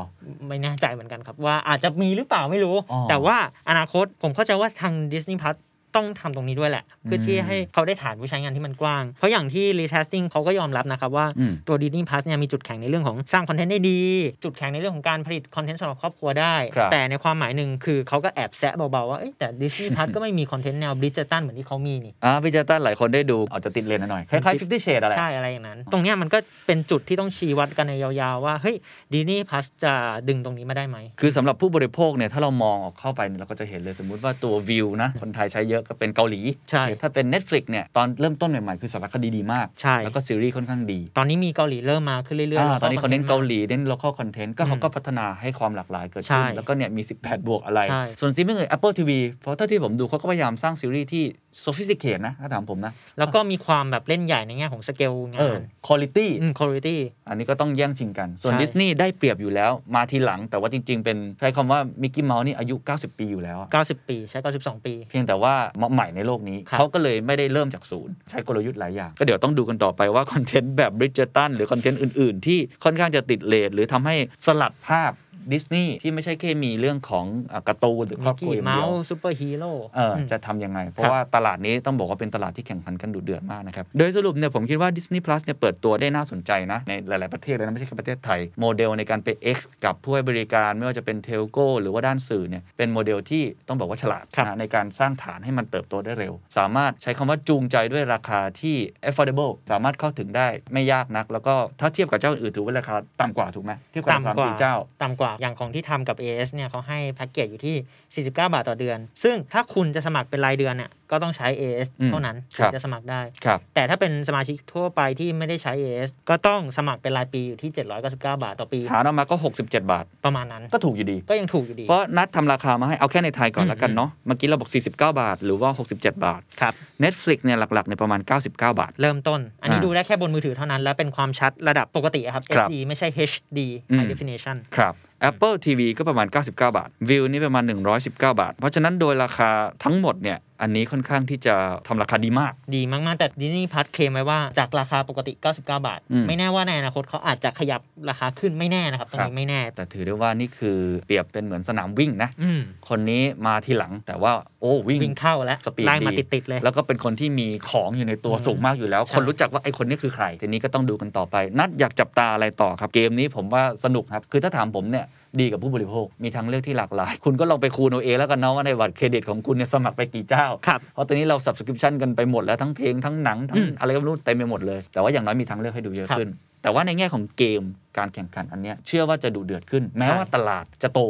Speaker 1: ไม่แน่ใจเหมือนกันครับ ว่าอาจจะมีหรือเปล่าไม่รู้
Speaker 2: อ๋อ
Speaker 1: แต่ว่าอนาคตผมเข้าใจว่าทาง Disney Plus ต้องทำตรงนี้ด้วยแหละ เพื่อที่ให้เขาได้ฐานผู้ใช้งานที่มันกว้าง เพราะอย่างที่ retesting เขาก็ยอมรับนะครับว่า
Speaker 2: อืม
Speaker 1: ตัว Disney Plus เนี่ยมีจุดแข็งในเรื่องของสร้างคอนเทนต์ได้ดี จุดแข็งในเรื่องของการผลิตคอนเทนต์สำหรับครอบครัวได้
Speaker 2: ครับ
Speaker 1: แต่ในความหมายหนึ่งคือเขาก็แอบแซะเบาๆว่าเอ้ยแต่ Disney Plus ก็ไม่มีคอนเทนต์แนว Bridgerton เหมือนที่เขามีนี่
Speaker 2: อ่าพี่เจตันหลายคนได้ดูอาจจะติดเลนส์หน่อย คล้ายๆ Fifty Shades อะไร
Speaker 1: ใช่อะไรอย่างนั้น ตรงเนี้ยมันก็เป็นจุดที่ต้องชี้วัดกันในยาวๆว่าเฮ้ย Disney Plus จะดึงตรงนี้มาได้ไหม
Speaker 2: คือสำหรับผู้บริโภคเนี่ยถ้าเรามองออกเข้าไปเนี่ยเราก็จะเห็นเลยสมมุติว่าตัววิวนะ คนไทยใช้เยอะก็เป็นเกาหลี
Speaker 1: ใช่
Speaker 2: ถ้าเป็น Netflix เนี่ยตอนเริ่มต้นใหม่ๆ คือสารคดีดีมาก
Speaker 1: ใช่
Speaker 2: แล้วก็ซีรีส์ค่อนข้างดี
Speaker 1: ตอนนี้มีเกาหลีเริ่มมาขึ้นเรื่อยๆ
Speaker 2: อ่า
Speaker 1: แล้ว
Speaker 2: ตอนนี้เขาเน้น
Speaker 1: ม
Speaker 2: เกาหลีเน้น local content ก็เขา
Speaker 1: อืม
Speaker 2: ก็พัฒนาให้ความหลากหลายเกิด
Speaker 1: ใช่
Speaker 2: ขึ้น แล้วก็เนี่ยมี 18 บวกอะไร
Speaker 1: ใช่
Speaker 2: ส่วนซีรีส์อื่น Apple TV เพราะเท่าที่ผมดูเขาก็พยายามสร้างซีรีส์ที่ sophisticated นะถ้าถามผมนะ
Speaker 1: แล้วก็มีความแบบเล่นใหญ่ในแง่ของสเกล
Speaker 2: เอง
Speaker 1: า
Speaker 2: อ
Speaker 1: น
Speaker 2: quality
Speaker 1: อืมคุณภาพ
Speaker 2: อันนี้ก็ต้องแย่งชิงกัน ส่วน
Speaker 1: ใช่
Speaker 2: ดิสนีย์ได้เปรียบอยู่แล้วมาทีหลัง แต่ว่าจริง ๆ เป็นใช้คำว่ามิกกี้เมาส์นี่อายุ 90 ปีอยู่แล้วอะ
Speaker 1: 90 ปีใช้ 92 ปี
Speaker 2: เพียงแต่ว่ามาใหม่ในโลกนี้
Speaker 1: ครับ
Speaker 2: เขาก็เลยไม่ได้เริ่มจากศูนย์ใช้กลยุทธ์หลายอย่าง ก็เดี๋ยวต้องดูกันต่อไปว่าคอนเทนต์แบบบริจ g e r t o n หรือคอนเทนต์อื่น ๆ ที่ค่อนข้างจะติดเลทหรือทำให้สลัดภาพดิสนีย์ที่ไม่ใช่แค่มีเรื่องของอ่ะการ์ตูนหรือคร
Speaker 1: มิ
Speaker 2: อก บครัว
Speaker 1: กี้
Speaker 2: อย่าง
Speaker 1: เมา
Speaker 2: เดียว
Speaker 1: ส์ซูเปอร์ฮีโร่
Speaker 2: เอออ
Speaker 1: ม
Speaker 2: จะทำยังไง เพ
Speaker 1: ครั
Speaker 2: ราะ
Speaker 1: บ
Speaker 2: ว่าตลาดนี้ต้องบอกว่าเป็นตลาดที่แข่งขันกันดุเดือดมากนะครับ โดยสรุปเนี่ยผมคิดว่า Disney Plus เนี่ยเปิดตัวได้น่าสนใจนะ ในหลาย ๆ ประเทศเลยนะ ไม่ใช่แค่ประเทศไทย โมเดลในการไป X กับผู้ให้บริการไม่ว่าจะเป็นเทลโกหรือว่าด้านสื่อเนี่ยเป็นโมเดลที่ต้องบอกว่าฉลาด
Speaker 1: ครับ
Speaker 2: นะในการสร้างฐานให้มันเติบโตได้เร็ว สามารถใช้คำว่าจูงใจด้วยราคาที่ affordable สามารถเข้าถึงได้ไม่ยากนัก แล้วก็ถ้าเทียบกับเจ้าอื่นถือว่าราคาต่ำกว่าถูกไหมเทียบกับสาม
Speaker 1: ต่ำกว่า
Speaker 2: สี่เจ้า
Speaker 1: ต่ำกว่าอย่างของที่ทำกับ AS เนี่ยเขาให้แพ็กเกจอยู่ที่ 49 บาทต่อเดือน ซึ่งถ้าคุณจะสมัครเป็นรายเดือนเนี่ยก็ต้องใช้ AS
Speaker 2: อืม
Speaker 1: เท่านั้น
Speaker 2: ค
Speaker 1: ถึ
Speaker 2: รั
Speaker 1: ง
Speaker 2: บ
Speaker 1: จะสมัครได้
Speaker 2: ครับ
Speaker 1: แต่ถ้าเป็นสมาชิกทั่วไปที่ไม่ได้ใช้ AS ก็ต้องสมัครเป็นรายปีอยู่ที่ 799 บาทต่อปี
Speaker 2: ฐานออกมาก็ 67 บาท
Speaker 1: ประมาณนั้น
Speaker 2: ก็ถูกอยู่ดี
Speaker 1: ก็ยังถูกอยู่ดี
Speaker 2: เพราะนัดทำราคามาให้เอาแค่ในไทยก่อน
Speaker 1: อืม
Speaker 2: แล้วกันเนาะเมื่อกี้เราบอก 49 บาท หรือว่า 67 บาท
Speaker 1: ครับ
Speaker 2: Netflix เนี่ยหลักๆในยประมาณ 99 บาท
Speaker 1: เริ่มต้น อันนี้
Speaker 2: อ่า
Speaker 1: ดูได้แค่บนมือถือเท่านั้น และเป็นความชัดระดับปกติอะครับ
Speaker 2: ครับ
Speaker 1: SD ไม่ใช่ HD
Speaker 2: อืม
Speaker 1: High Definition
Speaker 2: ครับ Apple TV ก็ประมาณ 99 บาท View นี่ประมาณ 119 บาท เพราะฉะนั้นโดยราคาทั้งหมดเนี่ยอันนี้ค่อนข้างที่จะทำราคาดีมาก
Speaker 1: ดีมากๆ แต่ดิสนีย์พัทเคลมไว้ว่าจากราคาปกติ 99 บาท
Speaker 2: อืม
Speaker 1: ไม่แน่ว่าในอนาคตเขาอาจจะขยับราคาขึ้นไม่แน่นะครับ ตรง
Speaker 2: ครั
Speaker 1: นี้
Speaker 2: บ
Speaker 1: ไม่แน่
Speaker 2: แต่ถือได้ว่านี่คือเปรียบเป็นเหมือนสนามวิ่งนะ
Speaker 1: อืม
Speaker 2: คนนี้มาทีหลังแต่ว่าโอ้วิ่ง
Speaker 1: วิ่งเข้าแล้ว
Speaker 2: สปีด
Speaker 1: ไล่มา
Speaker 2: ดี
Speaker 1: ติด ๆ เลย
Speaker 2: แล้วก็เป็นคนที่มีของอยู่ในตัว
Speaker 1: อืม
Speaker 2: สูงมากอยู่แล้ว
Speaker 1: ใช่
Speaker 2: คนรู้จักว่าไอ้คนนี้คือใคร ทีนี้ก็ต้องดูกันต่อไป นัดอยากจับตาอะไรต่อครับ เกมนี้ผมว่าสนุกครับ คือถ้าถามผมเนี่ย ดีกับผู้บริโภค มีทางเลือกที่หลากหลาย คุณก็ลองไปคูณเอาเองแล้วกันเนาะว่าในบัตรเครดิตของคุณเนี่ยสมัครไปกี่เจ้า
Speaker 1: ครับ
Speaker 2: เพราะตอนนี้เรา subscription กันไปหมดแล้วทั้งเพลงทั้งหนัง ทั้ง
Speaker 1: อืม
Speaker 2: อะไรก็ไม่รู้เต็มไปหมดเลย แต่ว่าอย่างน้อยมีทางเลือกให้ดูเยอะ
Speaker 1: ครับ
Speaker 2: ขึ้น แต่ว่าในแง่ของเกมการแข่งขันอันเนี้ยเชื่อว่าจะดูเดือดขึ้น แม้
Speaker 1: ใช่
Speaker 2: ว่าตลาดจะโต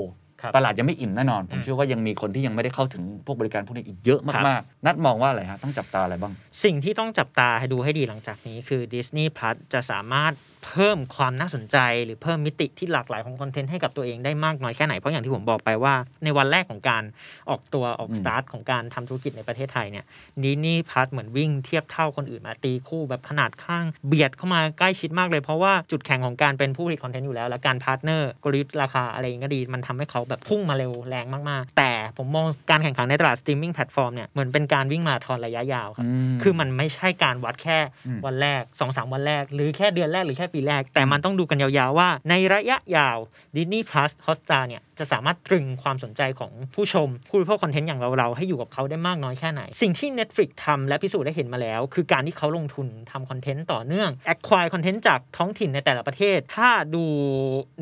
Speaker 1: ครับ
Speaker 2: ตลาดยังไม่อิ่มแน่นอน ผ
Speaker 1: อื
Speaker 2: ม
Speaker 1: ม
Speaker 2: เชื่อว่ายังมีคนที่ยังไม่ได้เข้าถึงพวกบริการพวกนี้อีกเยอะมากๆ นัดมองว่าอะไรฮะต้องจับตาอะไรบ้าง
Speaker 1: สิ่งที่ต้องจับตาให้ดูให้ดีหลังจากนี้คือ Disney Plus จะสามารถเพิ่มความน่าสนใจ หรือเพิ่มมิติที่หลากหลายของคอนเทนต์ให้กับตัวเองได้มากน้อยแค่ไหน เพราะอย่างที่ผมบอกไปว่าในวันแรกของการออกตัวออก
Speaker 2: อืม
Speaker 1: สตาร์ทของการทำธุรกิจในประเทศไทยเนี่ยดิสนีย์พัทเหมือนวิ่งเทียบเท่าคนอื่นมาตีคู่แบบขนาดข้างเบียดเข้ามาใกล้ชิดมากเลยเพราะว่าจุดแข็งของการเป็นผู้ผลิตคอนเทนต์อยู่แล้ว และการพาร์ทเนอร์กลยุทธ์ราคาอะไรเองก็ดี มันทำให้เขาแบบพุ่งมาเร็วแรงมากๆ แต่ ผมมองการแข่งขันในตลาดสตรีมมิ่งแพลตฟอร์มเนี่ยเหมือนเป็นการวิ่งมาราธอนระยะยาวครับ
Speaker 2: ม
Speaker 1: คือมันไม่ใช่การวัดแค่
Speaker 2: อืม
Speaker 1: วันแรก2อสวันแรก หรือแค่เดือนแรกหรือแค่ปีแรก แต่มันต้องดูกันยาวๆว่า ในระยะยาว Disney Plus Hotstar เนี่ยจะสามารถตรึงความสนใจของผู้ชม ผู้บริโภคคอนเทนต์อย่างเราๆ ให้อยู่กับเขาได้มากน้อยแค่ไหน สิ่งที่ Netflix ทำและพิสูจน์ได้เห็นมาแล้ว คือการที่เขาลงทุนทำคอนเทนต์ต่อเนื่อง acquire คอนเทนต์จากท้องถิ่นในแต่ละประเทศ ถ้าดู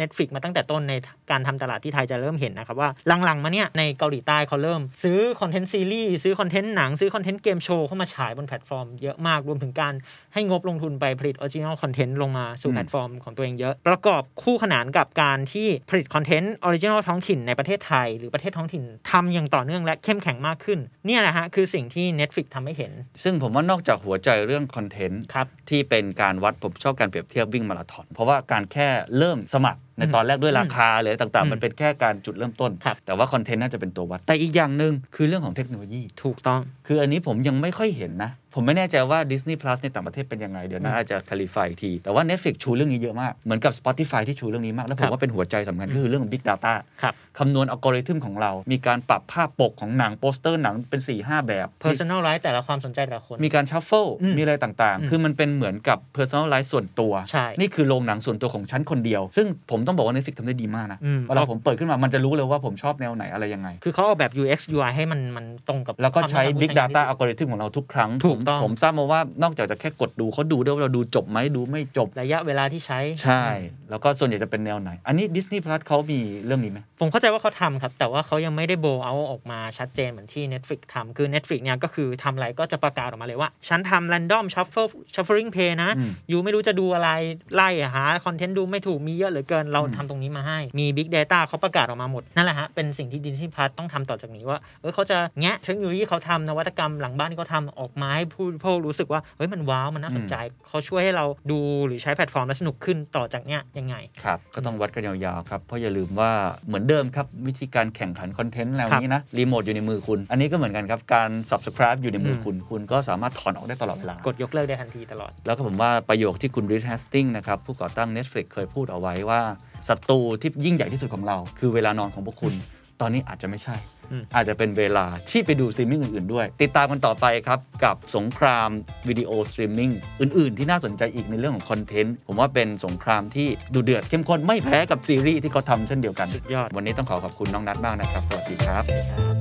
Speaker 1: Netflix มาตั้งแต่ต้นในการทำตลาดที่ไทยจะเริ่มเห็นนะครับว่าหลังๆ มาเนี่ยในเกาหลีใต้เขาเริ่ม ซื้อคอนเทนต์ซีรีส์ซื้อคอนเทนต์หนังซื้อคอนเทนต์เกมโชว์เข้ามาฉายบนแพลตฟอร์มเยอะมากรวมถึงการให้งบลงทุนไปผลิตออริจินอลคอนเทนต์ลงมาสู่แพลตฟอร์มของตัวเองเยอะ ประกอบคู่ขนานกับการที่ผลิตคอนเทนต์ออริจินอลท้องถิ่นในประเทศไทย หรือประเทศท้องถิ่นทำอย่างต่อเนื่องและเข้มแข็งมากขึ้นเนี่ยแหละฮะคือสิ่งที่ Netflix ทำให้เห็น
Speaker 2: ซึ่งผมว่านอกจากหัวใจเรื่องคอนเทนต์
Speaker 1: ครับ
Speaker 2: ที่เป็นการวัดผมชอบการเปรียบเทียบวิ่งมาราธอนเพราะว่าการแค่เริ่มสมัครในตอนแรกด้วยราคาเลยต่าง
Speaker 1: อื
Speaker 2: ๆ
Speaker 1: ม
Speaker 2: มันเป็นแค่การจุดเริ่มต้น
Speaker 1: ครับ
Speaker 2: แต่ว่าคอนเทนต์น่าจะเป็นตัววัด แต่อีกอย่างหนึ่งคือเรื่องของเทคโนโลยี
Speaker 1: ถูกต้อง
Speaker 2: คืออันนี้ผมยังไม่ค่อยเห็นนะ ผมไม่แน่ใจว่า Disney Plus ในต่างประเทศเป็นยังไง เดี๋ยวน่า
Speaker 1: อืม
Speaker 2: อาจจะคลิฟายที แต่ว่า Netflix ชูเรื่องนี้เยอะมาก เหมือนกับ Spotify ที่ชูเรื่องนี้มาก แล้วผ
Speaker 1: ครั
Speaker 2: ม
Speaker 1: บ
Speaker 2: ว่าเป็นหัวใจสำคัญก็คือเรื่องของ Big Data
Speaker 1: ครับ
Speaker 2: คำนวณอัลกอริทึมของเรา มีการปรับภาพปกของหนังโปสเตอร์หนังเป็น4ี่ห้าแบบ
Speaker 1: personalize แต่ละความสนใจแต่ละคน
Speaker 2: มีการชัฟเฟิล
Speaker 1: อืม
Speaker 2: มีอะไรต่าง
Speaker 1: อื
Speaker 2: ๆ
Speaker 1: ม
Speaker 2: คือมันเป็นเหมือนกับ personal life ส่วนตัว
Speaker 1: ใช่
Speaker 2: นี่คือโรงหนังส่วนตัวของฉันคนเดียว ซึ่งผมต้องบอกว่า Netflix ทำได้ดีมากนะ
Speaker 1: อืม
Speaker 2: เวลาผมเปิดขึ้นมา มันจะรู้เลยว่าผมชอบแนวไหนอะไรยังไง
Speaker 1: คือเขาออกแบบ UX UI ให้มันมันตรงกับ
Speaker 2: แล้วก็ใช้
Speaker 1: ความต้องการของ
Speaker 2: Big
Speaker 1: ผู้ใช้งาน
Speaker 2: Data
Speaker 1: ที่สุด
Speaker 2: อัลกอริทึมของเราทุกครั้ง
Speaker 1: ถูกต้อง
Speaker 2: ผมผมทราบมาว่านอกจากจะแค่กดดูเขาดูด้วยว่าเราดูจบไหมดูไม่จบ
Speaker 1: ระยะเวลาที่ใช้
Speaker 2: ใช่ แล้วก็ส่วนใหญ่จะเป็นแนวไหน อันนี้ Disney Plus เขามีเรื่องนี้ไหม
Speaker 1: ผมเข้าใจว่าเขาทำครับ แต่ว่าเขายังไม่ได้โบว์เอาออกมาชัดเจนเหมือนที่ Netflix ทำคือ Netflix เนี่ยก็คือทำอะไรก็จะประกาศออกมาเลยว่า ฉันทำ random shuffle shuffling play นะ
Speaker 2: อืม
Speaker 1: อยู่ไม่รู้จะดูอะไร ไล่หาคอนเทนต์ดูไม่ถูกมีเยอะเหลือเกินเราทำตรงนี้มาให้ มี Big Data เขาประกาศออกมาหมด นั่นแหละฮะ เป็นสิ่งที่ Disney Plus ต้องทำต่อจากนี้ว่าเออเขาจะแงะเทคโนโลยีเขาทำนวัตกรรมหลังบ้านที่เขาทำออกมาให้ผู้บริโภครู้สึกว่าเฮ้ยมันว้าวมันน่าสนใจเขาช่วยให้เราดูหรือใช้แพลตฟอร์มแล้วสนุกขึ้นต่อจากเนี้ยยังไง
Speaker 2: ครับ ก็ต้องวัดกันยาวๆครับ เพราะอย่าลืมว่าเหมือนเดิมครับ วิธีการแข่งขันคอนเทนต์แล้วนี้นะ รีโมทอยู่ในมือคุณ อันนี้ก็เหมือนกันครับ การ subscribe อยู่ในมืออ
Speaker 1: ม
Speaker 2: คุณ คุณก็สามารถถอนออกได้ตลอดเวลาก
Speaker 1: ดยกเลิกได้ทันทีตลอด
Speaker 2: แล้วก็ผมว่าประโยคที่คุณริชแฮสติงนะครับ ผู้ก่อตั้ง Netflix เคยพูดเอาไว้ว่าศัตรูที่ยิ่งใหญ่ที่สุดของเรา คือเวลานอนของพวกคุณ ตอนนี้อาจจะไม่ใช่
Speaker 1: อืม
Speaker 2: อาจจะเป็นเวลาที่ไปดูสตรีมมิ่งอื่นๆด้วย ติดตามกันต่อไปครับ กับสงครามวิดีโอสตรีมมิ่งอื่นๆ ที่น่าสนใจอีกในเรื่องของคอนเทนต์ ผมว่าเป็นสงครามที่ดูเดือดเข้มข้นไม่แพ้กับซีรีส์ที่เขาทำเช่นเดียวกัน
Speaker 1: สุดยอด
Speaker 2: วันนี้ต้องขอขอบคุณน้องนัทมากนะครับ สวัสดีครับ
Speaker 1: สวัสดีครับ